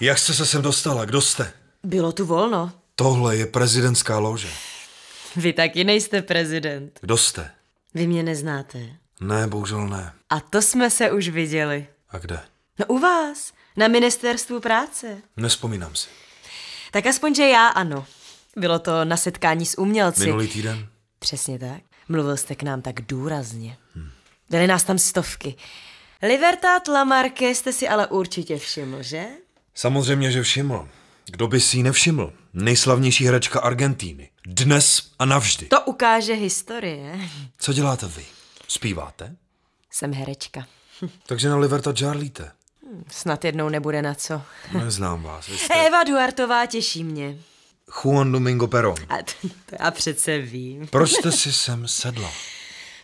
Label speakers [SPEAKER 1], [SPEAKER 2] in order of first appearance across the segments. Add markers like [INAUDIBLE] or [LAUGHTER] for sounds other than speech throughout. [SPEAKER 1] Jak jste se sem dostala? Kdo jste?
[SPEAKER 2] Bylo tu volno.
[SPEAKER 1] Tohle je prezidentská lože.
[SPEAKER 2] Vy taky nejste prezident.
[SPEAKER 1] Kdo jste?
[SPEAKER 2] Vy mě neznáte.
[SPEAKER 1] Ne, bohužel ne.
[SPEAKER 2] A to jsme se už viděli.
[SPEAKER 1] A kde?
[SPEAKER 2] No u vás, na ministerstvu práce.
[SPEAKER 1] Nespomínám si.
[SPEAKER 2] Tak aspoň, že já ano. Bylo to na setkání s umělci.
[SPEAKER 1] Minulý týden?
[SPEAKER 2] Přesně tak. Mluvil jste k nám tak důrazně. Hmm. Dali nás tam stovky. Libertá Lamarke jste si ale určitě všiml, že?
[SPEAKER 1] Samozřejmě, že všiml. Kdo by si ji nevšiml? Nejslavnější herečka Argentíny. Dnes a navždy.
[SPEAKER 2] To ukáže historie.
[SPEAKER 1] Co děláte vy? Spíváte?
[SPEAKER 2] Jsem herečka.
[SPEAKER 1] Takže na Liberta žárlíte.
[SPEAKER 2] Snad jednou nebude na co.
[SPEAKER 1] Neznám vás. Vy jste
[SPEAKER 2] Eva Duartová těší mě.
[SPEAKER 1] Juan Domingo Perón.
[SPEAKER 2] A to, to já přece vím.
[SPEAKER 1] Proč jste si sem sedla?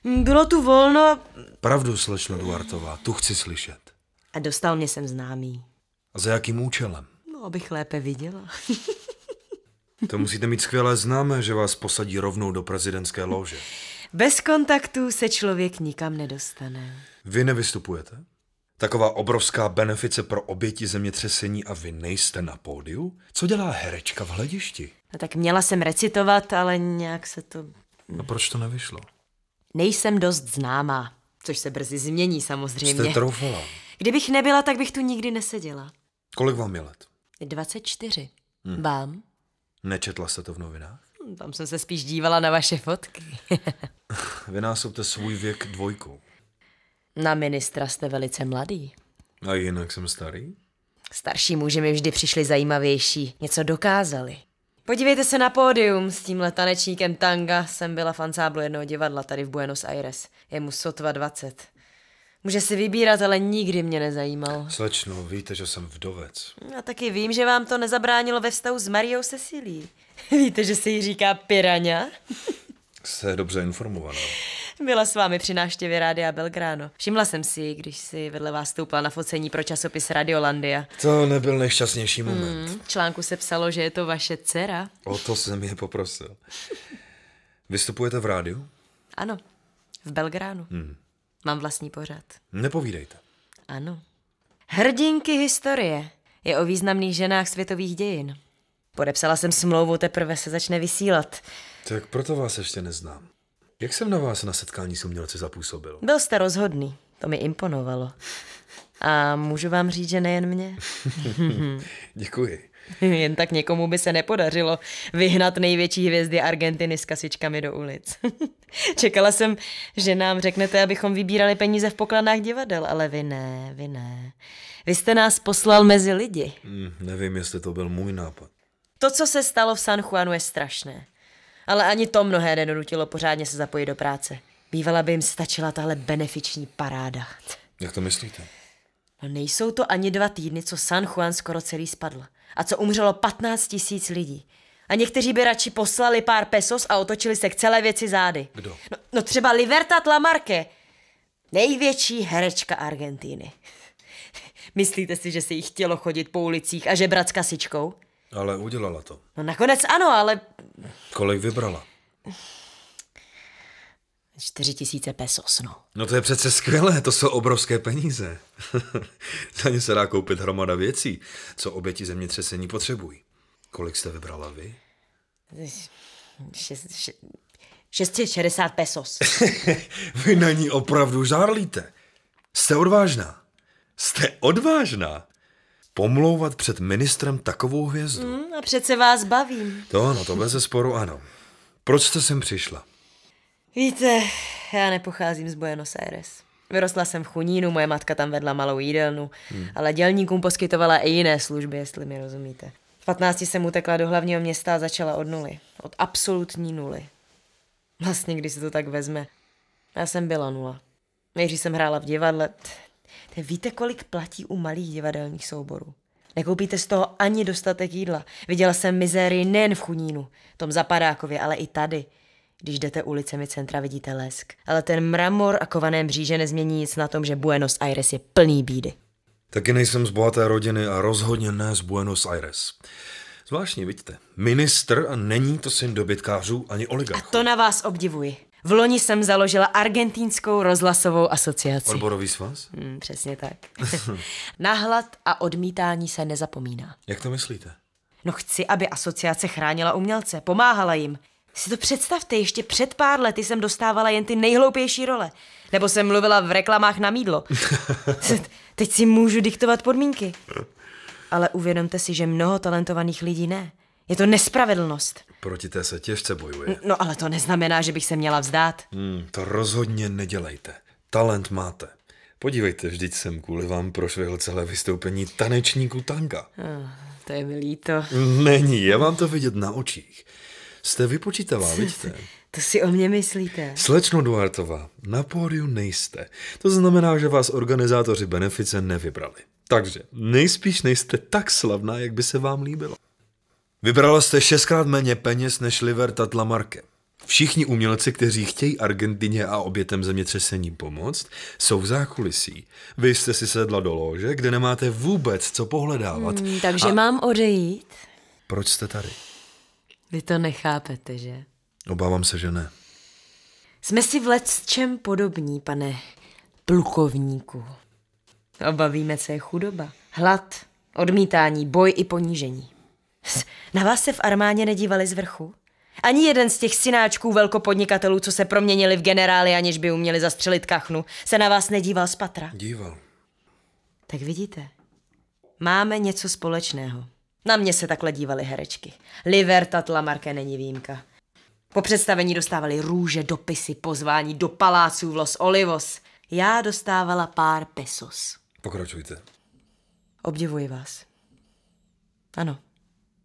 [SPEAKER 2] Bylo tu volno
[SPEAKER 1] Pravdu, slečno Duartová, tu chci slyšet.
[SPEAKER 2] a dostal mě sem známý.
[SPEAKER 1] A za jakým účelem?
[SPEAKER 2] No, abych lépe viděla.
[SPEAKER 1] To musíte mít skvělé známé, že vás posadí rovnou do prezidentské lože.
[SPEAKER 2] Bez kontaktů se člověk nikam nedostane.
[SPEAKER 1] Vy nevystupujete? Taková obrovská benefice pro oběti zemětřesení a vy nejste na pódiu? Co dělá herečka v hledišti?
[SPEAKER 2] No tak měla jsem recitovat, ale nějak se to...
[SPEAKER 1] No proč to nevyšlo?
[SPEAKER 2] Nejsem dost známá, což se brzy změní samozřejmě.
[SPEAKER 1] Jste troufala.
[SPEAKER 2] Kdybych nebyla, tak bych tu nikdy neseděla.
[SPEAKER 1] Kolik vám je let?
[SPEAKER 2] 24. Hmm. Vám?
[SPEAKER 1] Nečetla jste to v novinách?
[SPEAKER 2] Hm, Tam jsem se spíš dívala na vaše fotky. [LAUGHS]
[SPEAKER 1] Vynásobte svůj věk dvojkou.
[SPEAKER 2] na ministra jste velice mladý.
[SPEAKER 1] A jinak jsem starý?
[SPEAKER 2] Starší muži mi vždy přišli zajímavější, něco dokázali. Podívejte se na pódium, s tímhle tanečníkem tanga jsem byla v ansáblu jednoho divadla tady v Buenos Aires. Je mu sotva 20. Může si vybírat, ale nikdy mě nezajímal.
[SPEAKER 1] Slečno, víte, že jsem vdovec.
[SPEAKER 2] A taky vím, že vám to nezabránilo ve vztahu s Mariou Cecilí. [LAUGHS] Víte, že se jí říká piraňa?
[SPEAKER 1] Jste dobře informovaná.
[SPEAKER 2] Byla s vámi při návštěvě Rádia Belgrano. Všimla jsem si, ji, když si vedle vás stoupla na focení pro časopis Radiolandia.
[SPEAKER 1] To nebyl nejšťastnější moment.
[SPEAKER 2] Hm, V článku se psalo, že je to vaše dcera.
[SPEAKER 1] O to jsem je poprosil. Vystupujete v rádiu?
[SPEAKER 2] Ano, v Belgránu. Hmm. Mám vlastní pořad.
[SPEAKER 1] Nepovídejte.
[SPEAKER 2] Ano. Hrdinky historie je o významných ženách světových dějin. Podepsala jsem smlouvu, teprve se začne vysílat.
[SPEAKER 1] Tak proto vás ještě neznám. Jak jsem na vás na setkání s umělci zapůsobil?
[SPEAKER 2] Byl jste rozhodný, to mi imponovalo. A můžu vám říct, že nejen mě.
[SPEAKER 1] Děkuji.
[SPEAKER 2] [LAUGHS] Jen tak někomu by se nepodařilo vyhnat největší hvězdy Argentiny s kasičkami do ulic. [LAUGHS] Čekala jsem, že nám řeknete, abychom vybírali peníze v pokladnách divadel, ale vy ne, vy ne. Vy jste nás poslal mezi lidi.
[SPEAKER 1] Mm, nevím, jestli to byl můj nápad.
[SPEAKER 2] To, co se stalo v San Juanu, je strašné. Ale ani to mnohé nedonutilo pořádně se zapojit do práce. Bývala by jim stačila tahle benefiční paráda.
[SPEAKER 1] Jak to myslíte?
[SPEAKER 2] No nejsou to ani dva týdny, co San Juan skoro celý spadl. A co umřelo 15 tisíc lidí. A někteří by radši poslali pár pesos a otočili se k celé věci zády.
[SPEAKER 1] Kdo?
[SPEAKER 2] No, no třeba Libertad Lamarque, největší herečka Argentíny. [LAUGHS] Myslíte si, že se jí chtělo chodit po ulicích a žebrat s kasičkou?
[SPEAKER 1] Ale udělala to.
[SPEAKER 2] No nakonec ano, ale
[SPEAKER 1] Kolik vybrala?
[SPEAKER 2] 4 tisíce pesos, no.
[SPEAKER 1] No to je přece skvělé, to jsou obrovské peníze. [LAUGHS] Za ně se dá koupit hromada věcí, co oběti zemětřesení potřebují. Kolik jste vybrala vy?
[SPEAKER 2] Šest- še- 660 pesos.
[SPEAKER 1] Vy na ní opravdu žárlíte. Jste odvážná. Jste odvážná. Pomlouvat před ministrem takovou hvězdu. Mm.
[SPEAKER 2] Hm, A přece vás bavím.
[SPEAKER 1] To ano, to bez sporu ano. Proč jste sem přišla?
[SPEAKER 2] Víte, já nepocházím z Buenos Aires. Vyrostla jsem v Chunínu, moje matka tam vedla malou jídelnu, hmm. ale dělníkům poskytovala i jiné služby, jestli mi rozumíte. V 15 jsem utekla do hlavního města a začala od nuly. Od absolutní nuly. Vlastně, když se to tak vezme. Já jsem byla nula. Nejdřív jsem hrála v divadle. Te víte, kolik platí u malých divadelních souborů? Nekoupíte z toho ani dostatek jídla. Viděla jsem mizérii nejen v Chunínu, tom Zapadákově, ale i tady. Když jdete ulicemi centra, vidíte lesk. Ale ten mramor a kované mříže nezmění nic na tom, že Buenos Aires je plný bídy.
[SPEAKER 1] Taky nejsem z bohaté rodiny a rozhodně ne z Buenos Aires. Zvláštní, vidíte. Ministr a není to syn dobytkářů ani oligarchů.
[SPEAKER 2] To na vás obdivuji. V loni jsem založila Argentínskou rozhlasovou asociaci.
[SPEAKER 1] Odborový svaz?
[SPEAKER 2] Hmm, přesně tak. [LAUGHS] Na hlad a odmítání se nezapomíná.
[SPEAKER 1] Jak to myslíte?
[SPEAKER 2] No chci, aby asociace chránila umělce, pomáhala jim. Si to představte, ještě před pár lety jsem dostávala jen ty nejhloupější role. Nebo jsem mluvila v reklamách na mídlo. Teď si můžu diktovat podmínky. Ale uvědomte si, že mnoho talentovaných lidí ne. Je to nespravedlnost.
[SPEAKER 1] Proti té se těžce bojuje.
[SPEAKER 2] No ale to neznamená, že bych se měla vzdát.
[SPEAKER 1] Hmm, to rozhodně nedělejte. Talent máte. Podívejte, vždyť jsem kvůli vám prošvihl celé vystoupení tanečníků tanga.
[SPEAKER 2] Ah, to je mi líto.
[SPEAKER 1] Není, je vám to vidět na očích. Jste vypočítavá, vidíte?
[SPEAKER 2] To si o mě myslíte.
[SPEAKER 1] Slečno Duartová, na pódiu nejste. To znamená, že vás organizátoři benefice nevybrali. Takže nejspíš nejste tak slavná, jak by se vám líbilo. Vybrala jste šestkrát méně peněz než Liberta Tlamarke. Všichni umělci, kteří chtějí Argentině a obětem zemětřesení pomoct, jsou v zákulisí. Vy jste si sedla do lože, kde nemáte vůbec co pohledávat.
[SPEAKER 2] Hmm, takže a... mám odejít?
[SPEAKER 1] Proč jste tady?
[SPEAKER 2] Vy to nechápete, že?
[SPEAKER 1] Obávám se, že ne.
[SPEAKER 2] Jsme si v lecčem podobní, pane plukovníku. Obavíme se je chudoba, hlad, odmítání, boj i ponížení. Na vás se v armádě nedívali z vrchu? Ani jeden z těch synáčků velkopodnikatelů, co se proměnili v generály, aniž by uměli zastřelit kachnu, se na vás nedíval z patra.
[SPEAKER 1] Díval.
[SPEAKER 2] Tak vidíte, máme něco společného. Na mě se takhle dívaly herečky. Liberta Tlamarke není výjimka. Po představení dostávali růže, dopisy, pozvání do paláců v Los Olivos. Já dostávala pár pesos.
[SPEAKER 1] Pokračujte.
[SPEAKER 2] Obdivuji vás. Ano,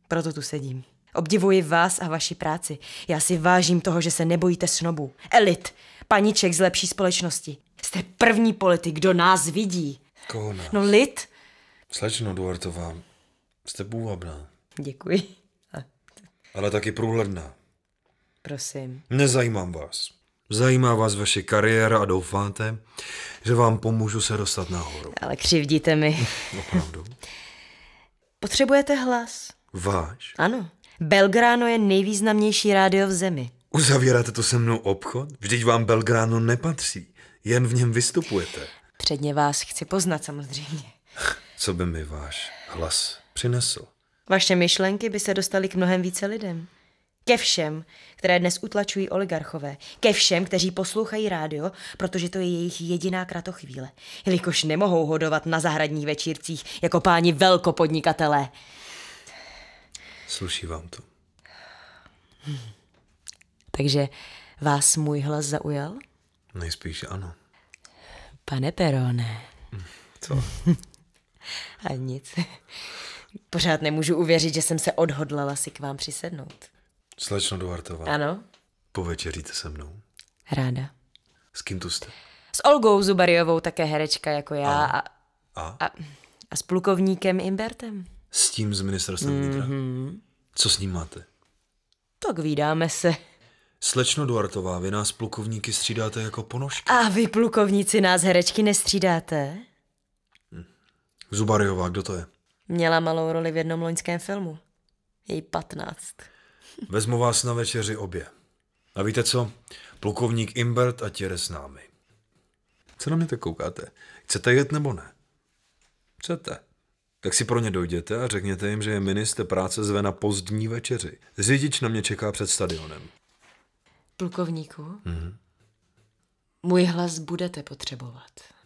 [SPEAKER 2] proto tu sedím. Obdivuji vás a vaši práci. Já si vážím toho, že se nebojíte snobů, elit, paniček z lepší společnosti. Jste první politik, kdo nás vidí.
[SPEAKER 1] Koho nás?
[SPEAKER 2] No lid?
[SPEAKER 1] Slečno Duartová, jste půvabná,
[SPEAKER 2] Děkuji.
[SPEAKER 1] ale taky průhledná.
[SPEAKER 2] Prosím.
[SPEAKER 1] Nezajímám vás. Zajímá vás vaše kariéra a doufáte, že vám pomůžu se dostat nahoru.
[SPEAKER 2] Ale křivdíte mi.
[SPEAKER 1] Opravdu?
[SPEAKER 2] [LAUGHS] Potřebujete hlas?
[SPEAKER 1] Váš?
[SPEAKER 2] Ano. Belgrano je nejvýznamnější rádio v zemi.
[SPEAKER 1] Uzavíráte to se mnou obchod? Vždyť vám Belgráno nepatří. Jen v něm vystupujete.
[SPEAKER 2] Předně vás chci poznat samozřejmě.
[SPEAKER 1] Co by mi váš hlas přinesl?
[SPEAKER 2] Vaše myšlenky by se dostaly k mnohem více lidem. Ke všem, které dnes utlačují oligarchové. Ke všem, kteří poslouchají rádio, protože to je jejich jediná kratochvíle. Jelikož nemohou hodovat na zahradních večírcích jako páni velkopodnikatelé.
[SPEAKER 1] Sluší vám to.
[SPEAKER 2] Takže vás můj hlas zaujal?
[SPEAKER 1] Nejspíš ano.
[SPEAKER 2] Pane Perone.
[SPEAKER 1] Co?
[SPEAKER 2] A nic. Pořád nemůžu uvěřit, že jsem se odhodlala si k vám přisednout.
[SPEAKER 1] Slečno Duartová,
[SPEAKER 2] Ano?
[SPEAKER 1] povečeříte se mnou.
[SPEAKER 2] Ráda.
[SPEAKER 1] S kým tu jste?
[SPEAKER 2] S Olgou Zubariovou také herečka jako já a,
[SPEAKER 1] A?
[SPEAKER 2] a, a s plukovníkem Imbertem.
[SPEAKER 1] S tím z ministerstvem vnitra? Mm-hmm. Co s ním máte?
[SPEAKER 2] Tak vídáme se.
[SPEAKER 1] Slečno Duartová, vy nás plukovníky střídáte jako ponožky.
[SPEAKER 2] A vy, plukovníci, nás herečky nestřídáte?
[SPEAKER 1] Zubariová, kdo to je?
[SPEAKER 2] Měla malou roli v jednom loňském filmu. Její patnáct.
[SPEAKER 1] Vezmu vás na večeři obě. A víte co? Plukovník Imbert a je s námi. Co na mě tak koukáte? Chcete jet nebo ne? Chcete. Tak si pro ně dojděte a řekněte jim, že je minister práce zve na pozdní večeři. Řidič na mě čeká před stadionem.
[SPEAKER 2] Plukovníku? Mm-hmm. Můj hlas budete potřebovat.